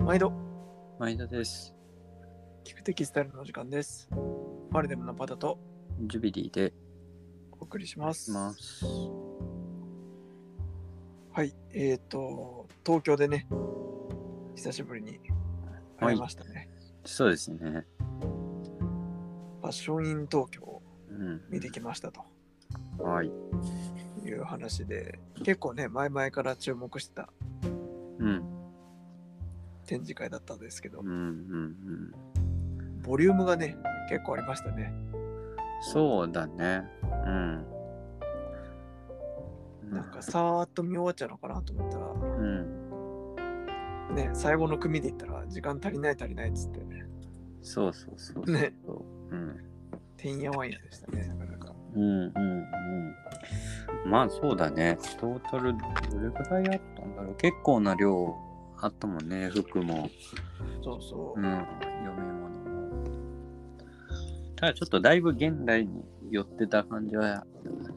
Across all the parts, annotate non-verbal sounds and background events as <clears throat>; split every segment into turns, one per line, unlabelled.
毎度、
前田です。
聞くテキスタイルのお時間です。ファルデムのパタと
ジュビリーで
お送りしま
い
す。
ます。
はい、えっ、ー、と、東京でね、久しぶりに会いましたね。
そうですね。
ファッションイン東京を
うん。
見てきましたと
はい。
いう話で、結構ね、前々から注目してた
うん。
展示会だったんですけど
うん。う、ん。
ボリュームがね、結構ありましたね。
そうだね。うん。
なんかさーっと見終わっちゃうのかなと思ったら、
うん。
ね、最後の組で言ったら、時間足りない足りないっつって、
そうそうそうそう。
ね
うん。
てんやわんやでしたね、なかなか。
うんうんうん。まあそうだね。トータルどれぐらいあったんだろう。結構な量あったもんね。服も。
そうそう
う。ん。読み物も。ただちょっとだいぶ現代に寄ってた感じは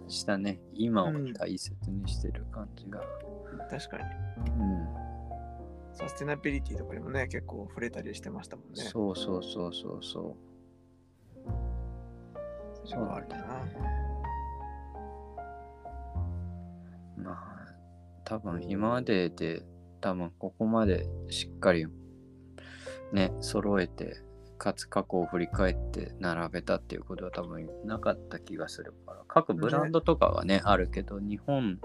したね。今を大切にしてる感じが。
確かに。
うん。
サステナビリティとかにもね、結構触れたりしてましたもんね。
そうそうそうそうそ
それはあるかな。
う。まあ、多分今までで、多分ここまでしっかりね、揃えて、かつ過去を振り返って並べたっていうことは多分なかった気がするから、各ブランドとかはね、あるけど、日本、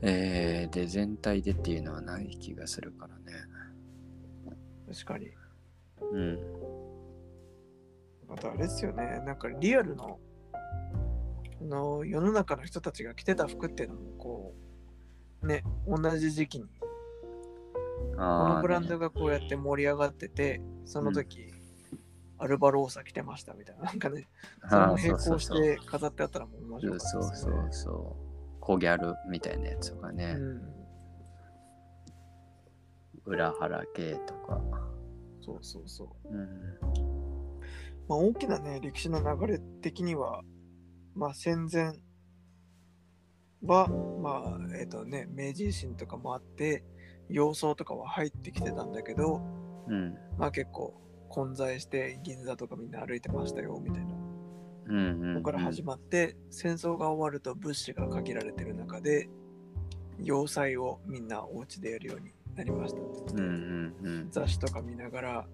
えーで全体でっていうのはない気がするからね。
確かに。
うん。
あとあれですよね、なんかリアルのあの世の中の人たちが着てた服っていうのもこう、ね、同じ時期に、こ
あ
の
ー
ブランドがこうやって盛り上がってて、その時、アルバローサ着てましたみ
<laughs>
たいな、なんかね、それ
あ
も並
ーそうそ
行
う
し
そう
て飾ってあったらもう面白か
そう
った
そ
で
う
す
そ
よ
う
ね。
そう。コギャルみたいなやつとかね、
うん
裏腹系とか。
そうそうそう。
うん。
まあ、大きなね歴史の流れ的には、まあ、戦前は、まあえっとね、明治維新とかもあって洋装とかは入ってきてたんだけど、
うん。
まあ、結構混在して銀座とかみんな歩いてましたよみたいな
うんうん。
のから始まって、戦争が終わると物資が限られてる中で洋裁をみんなお家でやるようになりましたって言って
うんうん
雑誌とか見ながら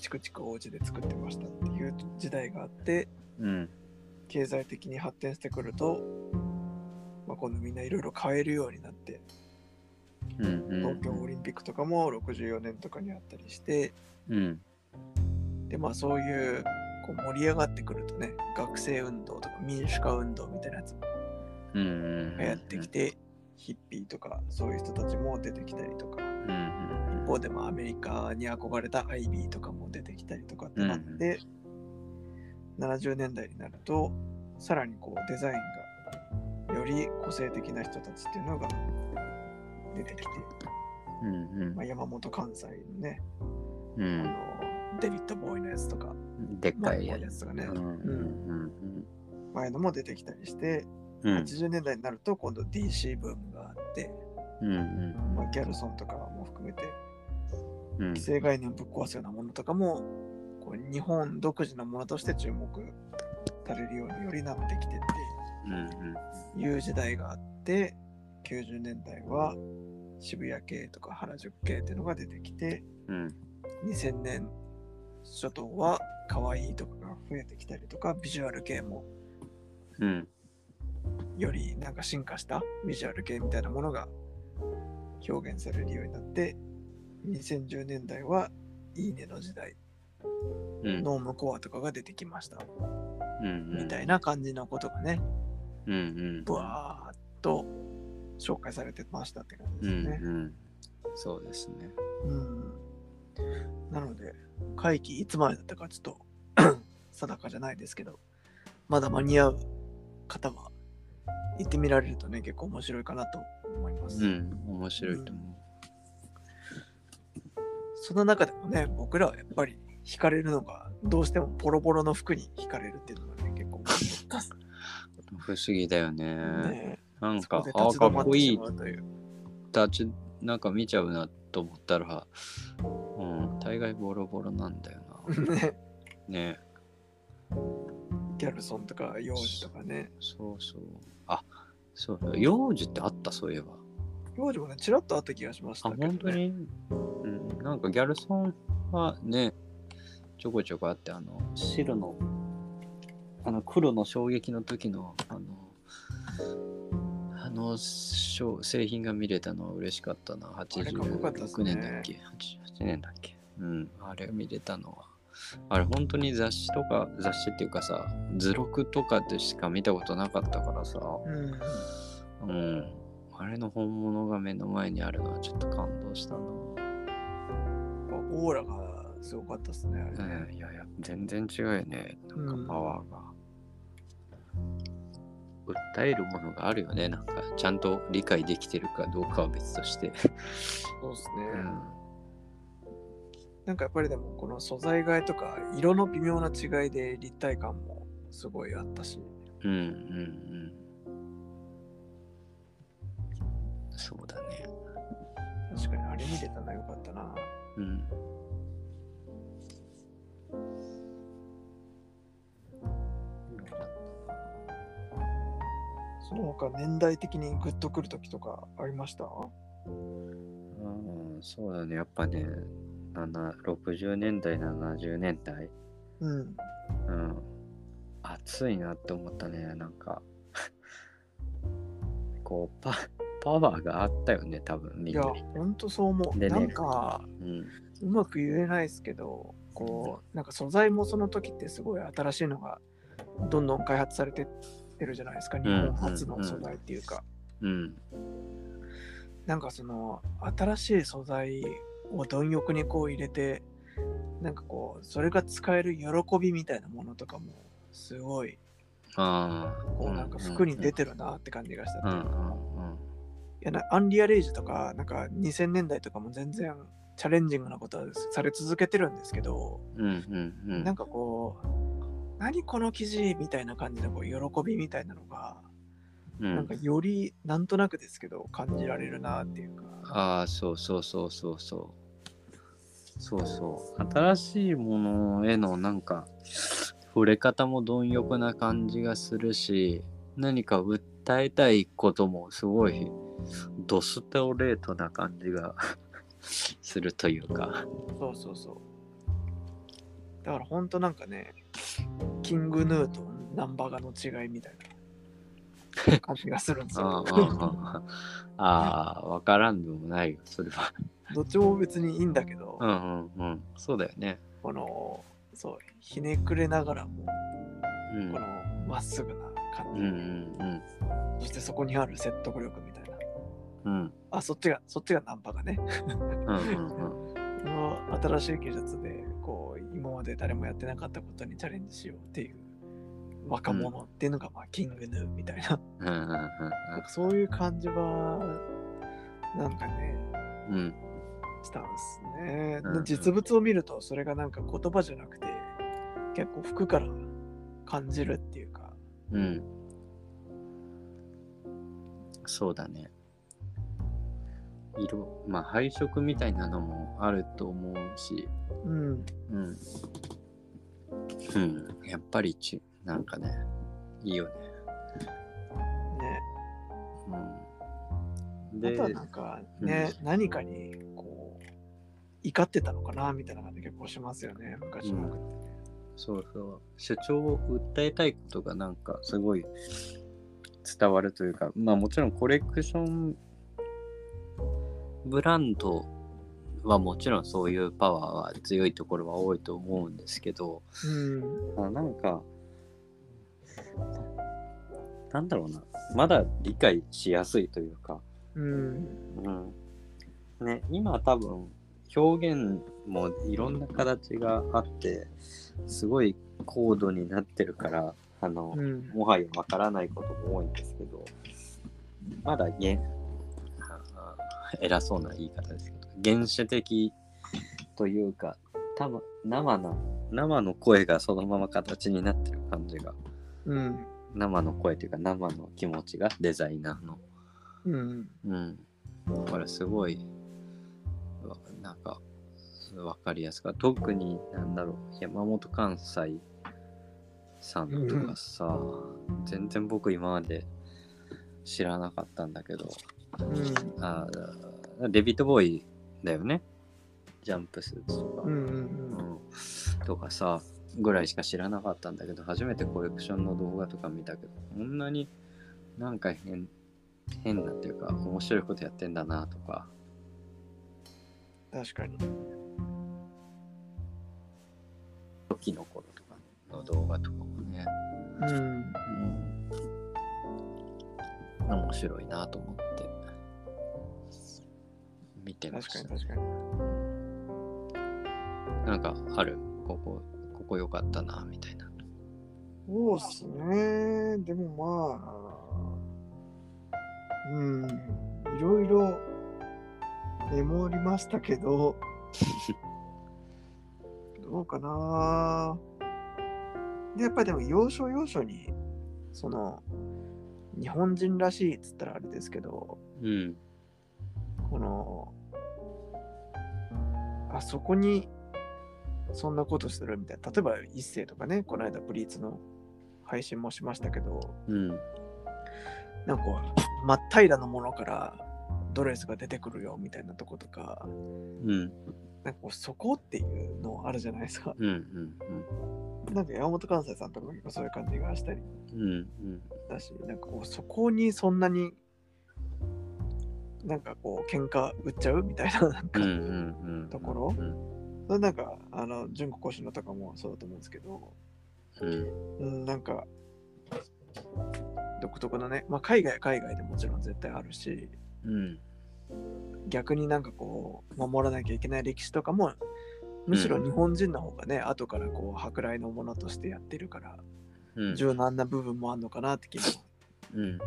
チクチクお家で作ってましたっていう時代があって。
うん。うん。
経済的に発展してくると、まあ、今度みんないろいろ買えるようになって
うんうん。
東京オリンピックとかも64年とかにあったりして
うん。
でまあそういうこう盛り上がってくるとね学生運動とか民主化運動みたいなやつも
うんうん。
流行ってき。て、ヒッピーとかそういう人たちも出てきたりとか
うんうんうん。
一方でもアメリカに憧れたアイビーとかも出てきたりとかってなって、70年代になるとさらにこうデザインがより個性的な人たちっていうのが出てきて、
うんうん
まあ、山本関西のね、
う
あ
ん。
のデビッド・ボーイのやつとか、
でっ
まあ、
か
こう
いや
いうや
つ。
つとかね、
うんうん
前のも出てきたりして、
うん。うん
80年代になると今度 DC ブームがあって、
うんうん
まあ、ギャルソンとかも含めて
うん
既。成概念をぶっ壊すようなものとかもこう日本独自のものとして注目されるようによりなってきてっ
う
て
ん
いう時代があって90年代は渋谷系とか原宿系っていうのが出てきて
うん
2000年初頭は可愛いとかが増えてきたりとかビジュアル系も
うん
よりなんか進化したビジュアル系みたいなものが表現されるようになって2010年代はいいねの時代
うん
ノームコアとかが出てきました
うん
みたいな感じのことがね、
うんうん
ぶわーっと紹介されてましたって感じ
う
です
ん
ね。
うんそうですね
うんなので、会期いつまでだったかちょっと <clears throat> 定かじゃないですけど、まだ間に合う方は行ってみられるとね、結構面白いかなと思います。
うん面白いと思う
その中でもね、僕らはやっぱり惹かれるのが、どうしてもボロボロの服に惹かれるっていうのがね、結構面白かったです
不思議だよね。
ね。
なん
そこ
か
で、立
ああ、
ち
か
止ま
っ
って
こい
し
い
まうという。
立ち、なんか見ちゃうなっと思ったら、うん、大概ボロボロなんだよな。
ね、
ね
<laughs> ギャルソンとか幼児とかね。
そうそう。あ、そうだ。幼児ってあった、そういえば。
幼児もね、ちらっとあった気がしました
あ、
けど、ね。
本当に、うん、なんかギャルソンはね、ちょこちょこあって、あの、白の、あの、黒の衝撃の時の、あの、あの商製品が見れたのは嬉しかったな。
あれかっこよかったです
86
ね
年だっけ ?88 年だっけうん、あれ見れたのは。あれ本当に雑誌とか雑誌っていうかさ図録とかでしか見たことなかったからさ、
うん。
うん、あれの本物が目の前にあるのはちょっと感動したな。
やっぱオーラがすごかったですね。あれね
うん、いやいや、全然違うよね。なんかパワーが。訴えるものがあるよね。なんか、ちゃんと理解できてるかどうかは別として。
そうですね、
うん、
なんかやっぱりでもこの素材替えとか色の微妙な違いで立体感もすごいあったし。
うん、うん、うん。そうだね。
確かにあれ見てたのよかったな。
うん。
その他年代的にグッとくる時とかありました
うん、そうだね。やっぱね、7 60年代、70年代。
うん。
うん、暑いなって思ったねなんか <laughs> こうパパワーがあったよね多分み
い
んな
や、ほんとそう思う。
で
な
ね
んか
うん
うまく言えないですけど、こう、なんか素材もその時ってすごい新しいのがどんどん開発されてってるじゃないですか。日本初の素材っていうか。
うん
なんかその新しい素材を貪欲にこう入れてなんかこうそれが使える喜びみたいなものとかもすごい
ああ
こうなんか服に出てるなって感じがしたって
う
い
ん
う
う
か
んうん
いやなアンリアレイジとかなんか2000年代とかも全然チャレンジングなことはされ続けてるんですけど、
うんうんうん
なんかこう何この生地みたいな感じのこう喜びみたいなのが、
うん
なんかよりなんとなくですけど感じられるなっていうか、
ああそうそうそうそうそうそうそう新しいものへのなんか触れ方も貪欲な感じがするし何か訴えたいこともすごいドストレートな感じが <laughs> するというか
そうそうそうだからほんとなんかねキングヌーとナンバガの違いみたいな感じがするんです
<laughs> あ
よ
ーあーあー分からんでもないよそれは
どっちも別にいいんだけど、
うんうんうんそうだよね
このそうひねくれながらも
うん
このまっすぐな感
う
じ、
んうん
そしてそこにある説得力みたいな
うんうん
あそっちがそっちがナンパがね
うんうん
この新しい技術でこう今まで誰もやってなかったことにチャレンジしようっていう若者っていうのが、まあ、キングヌーみたい
<laughs>
な
うんうんうん
なんかそういう感じはなんかね
うんうん
したんですね、
うんうん
実物を見るとそれがなんか言葉じゃなくて結構服から感じるっていうか
うん。そうだね。色、まあ配色みたいなのもあると思うし、
うん
うん。うん、やっぱりち、なんかね、いいよね。
ね
うん。
あ
で
と、はなんかね、何かにこう怒ってたのかなみたいな感じ結構しますよね昔の服ってね、
そうそう、主張を訴えたいことがなんかすごい伝わるというか、まあもちろんコレクションブランドはもちろんそういうパワーは強いところは多いと思うんですけど、
うん
まあ、なんか、なんだろうな、まだ理解しやすいというか、
うん、
うんね、今多分表現もいろんな形があってすごい高度になってるからあの、
うん、
もはやわからないことも多いんですけどまだげあ偉そうな言い方ですけど原始的というか多分生の生の声がそのまま形になってる感じが
うん、
生の声というか生の気持ちがデザイナーの
うん、
うん。だからすごい、わなんかわかりやすかった特になんだろう山本関西さんとかさ、全然僕今まで知らなかったんだけど
う
あーデビットボーイだよねジャンプスーツとか、
んうんうん
うんとかさぐらいしか知らなかったんだけど初めてコレクションの動画とか見たけどこんなになんか変変なっていうか面白いことやってんだなとか
確かに
初期の頃とかの動画とかもね、
うん
うん、面白いなと思って見てま
確
し
か
た
に確かに
なんかあるここここ良かったなみたいな
そうっすね。でもまあ、うん、いろいろメモりましたけど、どうかな。で、やっぱりでも要所要所に、その、日本人らしいっつったらあれですけど、
うん
この、あそこにそんなことするみたいな。例えば一世とかね、この間ブリーツの配信もしましたけど、
うん
なんかこう真っ平らのものからドレスが出てくるよみたいなとことか、
うん
なんかこうそこっていうのあるじゃないですか。 <laughs>
うんうん
なんか山本関西さんとかもそういう感じがしたり
うんうん
だし、なんかこうそこにそんなになんかこう喧嘩売っちゃうみたいな <laughs> なん
う
か、
んうんうん
ところ
うん
それなんかあの純子腰のとかもそうだと思うんですけど、
うん
うん、なんか独特のね、まあ、海外は海外でもちろん絶対あるし、
うん
逆になんかこう守らなきゃいけない歴史とかもむしろ日本人の方がね、後からこう舶来のものとしてやってるから、
うん
柔軟な部分もあるのかなって気もし
うん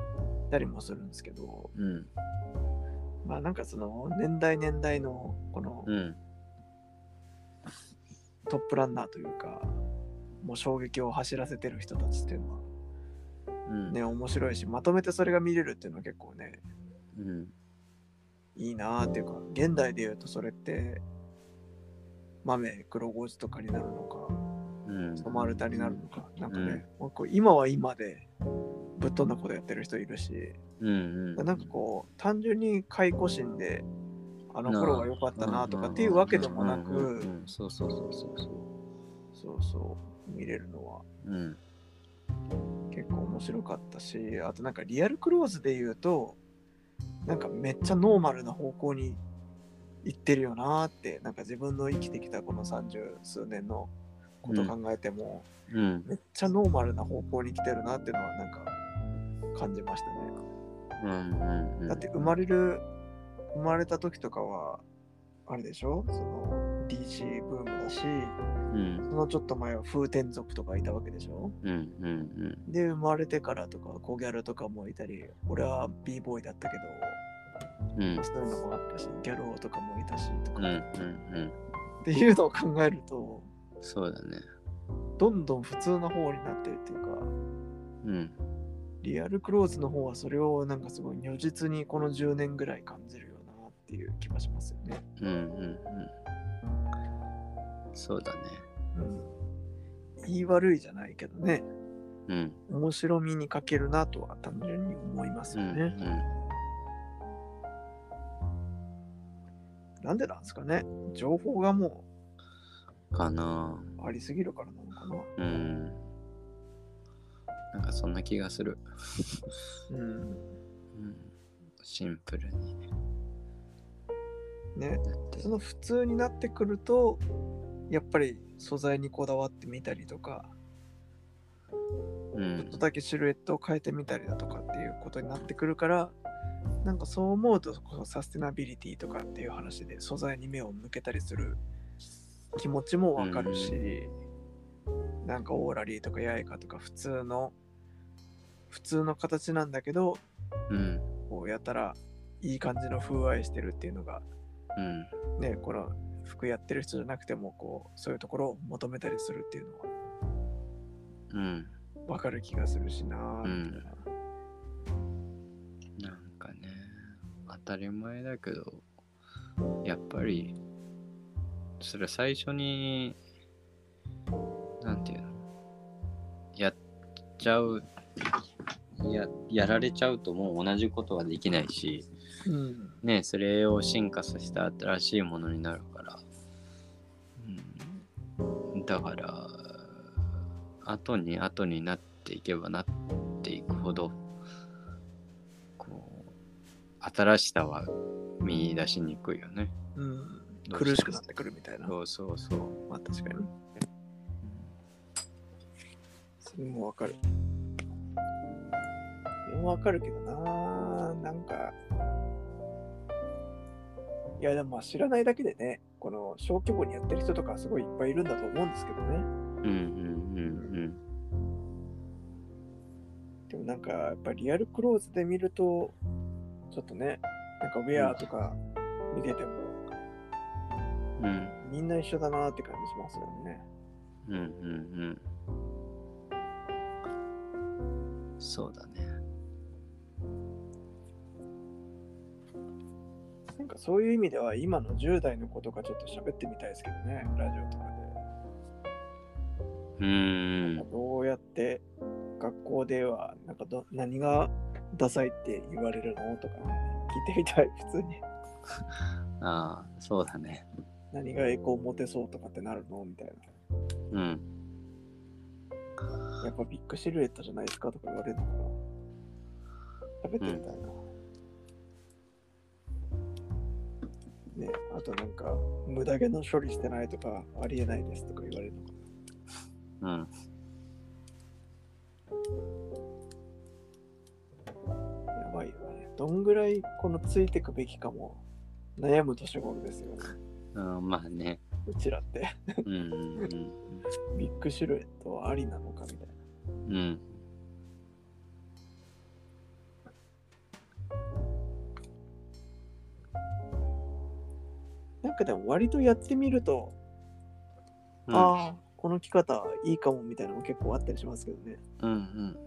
たりもするんですけど
うん
まあなんかその年代年代のこの
うん
トップランナーというかもう衝撃を走らせてる人たちっていうのは
うん
ね面白いしまとめてそれが見れるっていうのは結構ね
うん
いいなあっていうか現代で言うとそれって豆黒ゴチとかになるのか
うん
ソマルタになるのか、なんかね、もうこう今は今でぶっ飛んだことやってる人いるし、
うんうん
なんかこう、単純に解雇心で、あの頃が良かったなとかっていうわけでもな
うんうん
く
うん、うんそうそうそうそうそ
そうそう、見れるのは
ううん
結構面白かったし、あとなんかリアルクローズで言うと、なんかめっちゃノーマルな方向に行ってるよなって、なんか自分の生きてきたこの30数年のこと考えても、
うん
めっちゃノーマルな方向に来てるなっていうのはなんか感じましたね。
うんうんうん
だって生まれる生まれた時とかはあれでしょその DC ブームだし
うん
そのちょっと前は風天族とかいたわけでしょ
うんうん
で生まれてからとかコギャルとかもいたり俺は b ボーイだったけ
うんうん
どそういうのもあったしギャル男とかもいたしとか、
うん
っ
うんうん
ていうのを考えると
そうだね
どんどん普通の方になってるっていうか
うん
リアルクローズの方はそれをなんかすごい如実にこの10年ぐらい感じるよなっていう気がしますよね。
うんうんうんそうだね
うん、言い悪いじゃないけどね
うん
面白みに欠けるなとは単純に思います
う
よ
ん
ね。なんでなんですかね情報がも
うんかな
うありすぎるからなのかな。
うんなんかそんな気がする
うん
うんシンプルに
ね、
だって
その普通になってくるとやっぱり素材にこだわってみたりとか
う
ちょっ
ん
とだけシルエットを変えてみたりだとかっていうことになってくるからなんかそう思うとこうサステナビリティとかっていう話で素材に目を向けたりする気持ちもわかるし、なんかオーラリーとかヤエカとか普通の普通の形なんだけど
うん
こうやたらいい感じの風合いしてるっていうのが
うん
ねこの服やってる人じゃなくてもこうそういうところを求めたりするっていうのは
うん
わかる気がするしなぁ
うん
みたいな
なんかね当たり前だけどやっぱり、それ最初に、なんていうの、やっちゃう、ややられちゃうともう同じことはできないし、
うん。
ね、それを進化させた新しいものになるから、うん、だから後に後になっていけばなっていくほどこう新しさは見出しにくいよね
うん、苦しくなってくるみたいな。
そうそうそう
まあ確かに。それもわかる。それもわかるけどな。なんか。いやでもまあ知らないだけでね、この小規模にやってる人とかすごいいっぱいいるんだと思うんですけどね。
うんうん
でもなんかやっぱリアルクローズで見ると、ちょっとね、なんかウェアとか見てても、
うんうんうん
みんな一緒だなって感じしますよね。
うんうんうんそうだね
なんかそういう意味では今の10代の子とかちょっと喋ってみたいですけどね、ラジオとか
うん
で。どうやって学校ではなんかど何がダサいって言われるのとか、ね、聞いてみたい、普通に。
ああそうだね
何が栄光持てそうとかってなるのみたいな。
うん
やっぱビッグシルエットじゃないですかとか言われるのかな。喋ってみたいな。ね、あとなんか、無駄毛の処理してないとか、ありえないですとか言われるのか
うん。
な。やばいよね。どんぐらいこのついてくべきかも悩む年頃ですよ、ね。
うん、まあね。
うちらって。 <laughs>
うんうん
ビッグシルエットはありなのかみたいな。
うん。うん。
なんかでも割とやってみると、
うん
ああ、この着方いいかもみたいなのも結構あったりしますけどね。
うんうん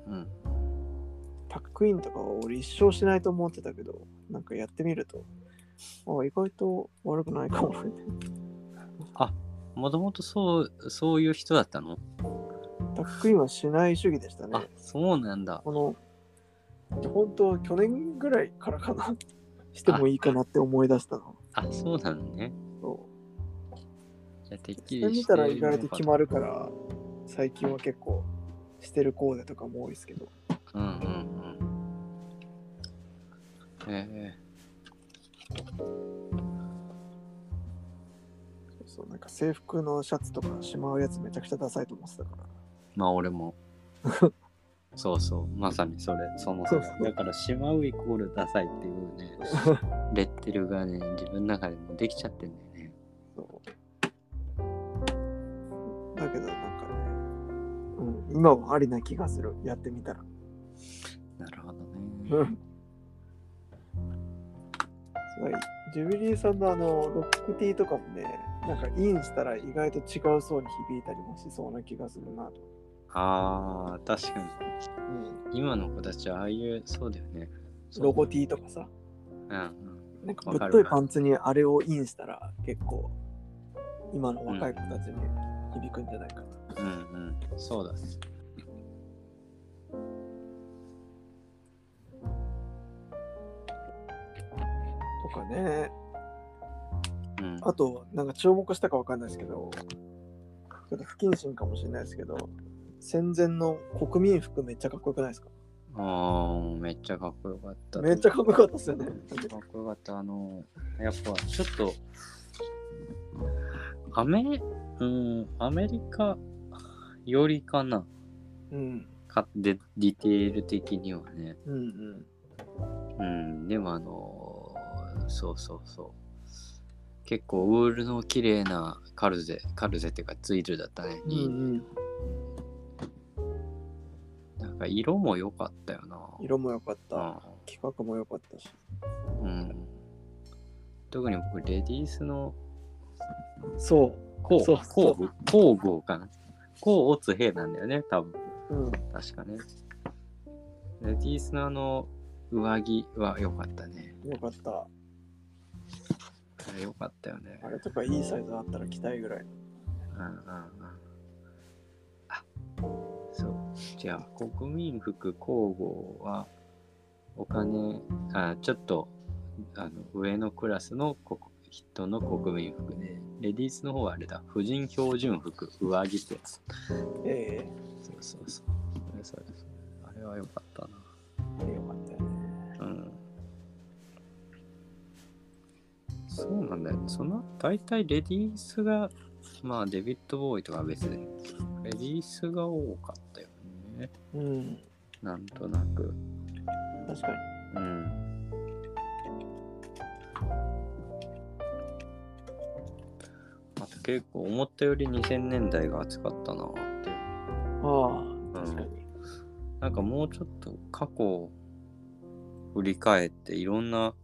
タックインとかは俺一生しないと思ってたけど、なんかやってみると、ああ、意外と悪くないかもみたいな。
うん。もともとそう、そういう人だったの
<laughs> タックインはしない主義でした
あ
ね。、
そうなんだ。
この、本当去年ぐらいからかな。してもいいかなって思い出したの。
あ、そうなのね。
そう。
じゃあ、てっ
して
きり
み
したて
ら意外と決ま
る
るから、最近は結構、してるコーデとかも多いですけど。
のかな。うんうんうん。え
そうなんか制服のシャツとかしまうやつめちゃくちゃダサいと思ってたから。
<laughs> えまあ、俺も。そうそう、まさにそれ、その
そうそう
だから、しまうイコールダサいっていうね、
<laughs>
レッテルがね、自分の中でもできちゃってんだよね。
そうだけどなんかね、うん、今はありな気がする。やってみたら。
なるほどね。
すごいジュビリーさんのあのロックティーとかもね、なんかインしたら意外と違う層に響いたりもしそうな気がするなと。
ああ、確かに。
うん、
今の子たちはああいう、そうだよね。
ロゴティーとかさ、
うんうん。
なんかぶ
わか
っ
る
といパンツにあれをインしたら結構今の若い子たちに響くんじゃないかな。
うんうん。そうだね。
とかね。
うん。
あと、なんか注目したかわかんないですけど、ちょっと不謹慎かもしれないですけど、戦前の国民服めっちゃかっこよくないですか
ああ、めっちゃかっこよかった。
めっちゃかっこよかったですよね。
めっちゃかっこよかった。あの、やっぱちょっと、アメ、うん、アメリカよりかな。
うん。
かでディテール的にはね。
うんうん。
うん、でもあのーそうそうそう。結構ウールの綺麗なカルゼ、カルゼっていうかツイルだったね。いい
うんうん、
なんか色も良かったよな。
色も良かった。
あ
企画も良かったし。
うん。特に僕、レディースの
そ
甲
そうそう
部甲号かな。甲をつ兵なんだよね、多分。
う。うん。
確かね。レディースのあの、上着は良かったね。
良かった。
うんれ良かったよね。
あれとかいいサイズあったら着たいぐらい。
うんうんうん。あそう。じゃあ、国民服工合は、お金、あちょっとあの上のクラスの国人の国民服で、レディースの方はあれだ、婦人標準服、上着ってやつ。
え
そうそうそう。それそれそれあれは良かったな。
えよかったよね。
うんそうなんだよね。その、大体レディースが、まあデビッド・ボーイとかは別で、レディースが多かったよね。
うん、
なんとなく。
確かに。
うん。あと結構思ったより2000年代が熱かったなって。
ああ、確かに。
なんかもうちょっと過去を振り返っていろんな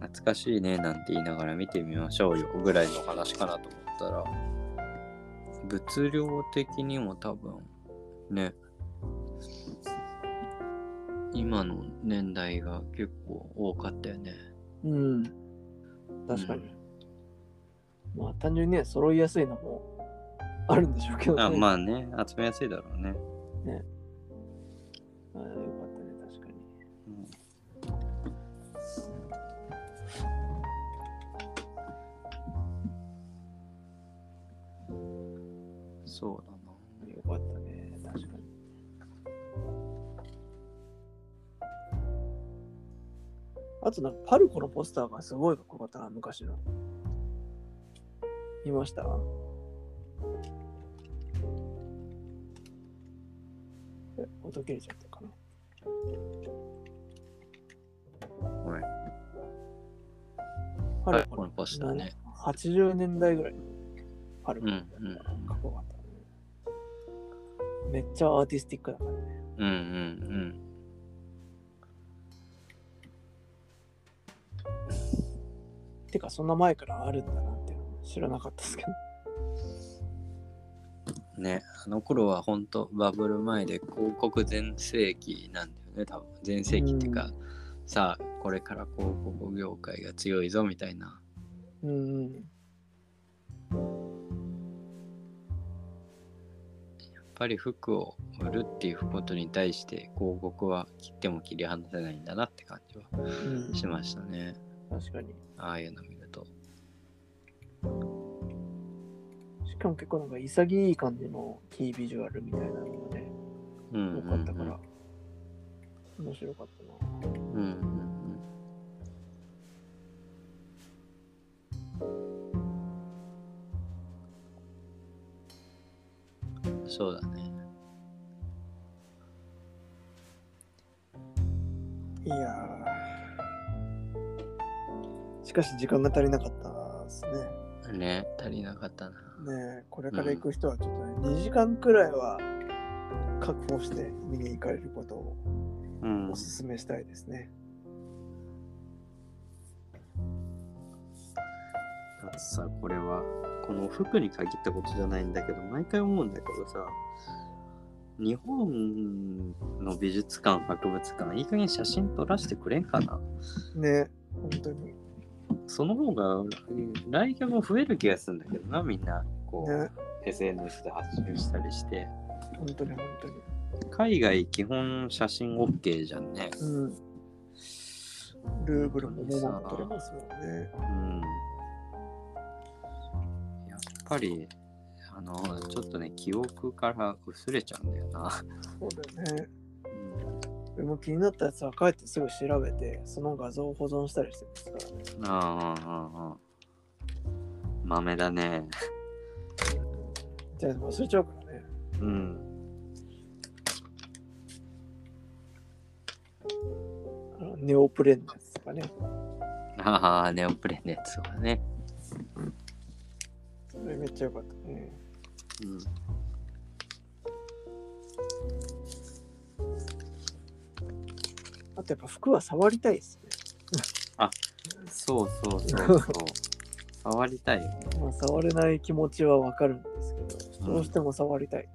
懐かしいねなんて言いながら見てみましょうよぐらいの話かなと思ったら物量的にも多分ね今の年代が結構多かったよね。
うん、確かに。まあ、単純にね、揃いやすいのもあるんでしょうけどね。
あまあね集めやすいだろうね。
ああよかったね、確かに。
うんそうだな。
よかったね、確かに。あとなんかパルコのポスターがすごいかっこよかったな、昔の。見ましたえ、音切れちゃったかな。
ごめん。
パ
はい、このポスターね。。
80年代ぐらいのパルコ
うん
だったからかっこよかったね、めっちゃアーティスティックだからね。
うんうん
てか、そんな前からあるんだなっていうの知らなかったですけど。
うん。ね、あの頃は本当バブル前で広告全盛期なんだよね、多分。全盛期っていうか、さあ、これから広告業界が強いぞみたいな。
うんうん。
やっぱり服を売るっていうことに対して広告は切っても切り離せないんだなって感じは
うん、
しましたね。
確かに。
ああいうの見ると。
しかも結構なんか潔い感じのキービジュアルみたいなのがね、
うん
良
うん
かっ
うん
たから、面白かったな。
うんうんうんそうだね。
いやーしかし時間が足りなかったですね。
ね、足りなかったな。
ねえこれから行く人はちょっとね、2時間くらいは確保して見に行かれることを
うん
おすすめしたいですね。
だってさこれはこの服に限ったことじゃないんだけど毎回思うんだけどさ日本の美術館博物館いい加減写真撮らせてくれんかな
ね本当に。
その方が来客も増える気がするんだけどなみんなこう、
ね
SNS で発信したりして
本当に本当に。
海外基本写真 OK じゃんね
うん。ルーブルもモモも取れますもんね。
うんやっぱりあのちょっとね記憶から薄れちゃうんだよな、
そうだよね。
うん
でも気になったやつは帰ってすぐ調べて、その画像を保存したりしてますからね。
ああああああ豆だね
じゃあ忘れちゃうからね。
うん
あのネオプレンのやつとかね。
ああネオプレンのやつはね、
それめっちゃ良かったね。
うん、
あとやっぱ服は触りたいです
そうそうそうそう触りたいよね
ね。まあ、触れない気持ちはわかるんですけど、どうしても触りたい。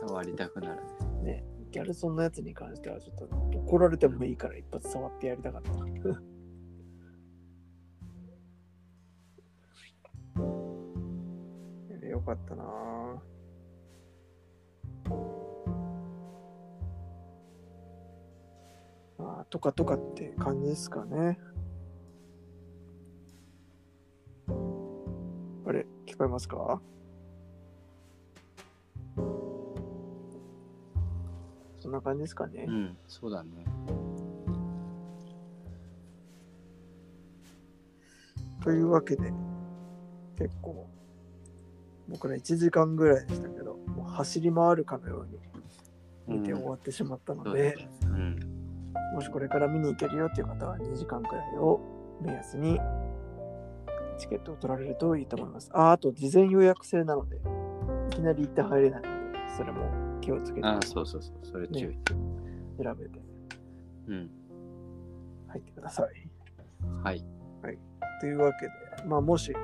触りたくなるね
ね、ギャルソンのやつに関してはちょっと怒られてもいいから一発触ってやりたかった。よかったなああとかとかって感じですかねあれ聞こえますかそんな感じですかね、
うん、そうだね。
というわけで、結構、僕ら1時間ぐらいでしたけど、もう走り回るかのように見て終わってしまったので、
うん。
もしこれから見に行けるよっていう方は2時間くらいを目安にチケットを取られるといいと思います。あ、あと事前予約制なので、いきなり行って入れないので、それも気をつけて
あ
調
あ、そうそうそう、それ注意。
べて
うん。
入ってください。
はい。
というわけで、まあ、もし、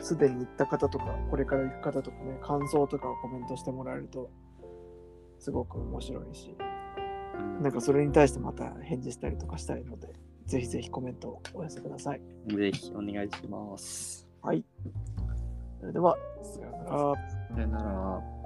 すでに行った方とか、これから行く方とかね、感想とかをコメントしてもらえると、すごく面白いし、
うん
なんかそれに対してまた返事したりとかしたいので、ぜひぜひコメントをお寄せください。
ぜひお願いします。
はい。それでは、さようなら。
さよなら。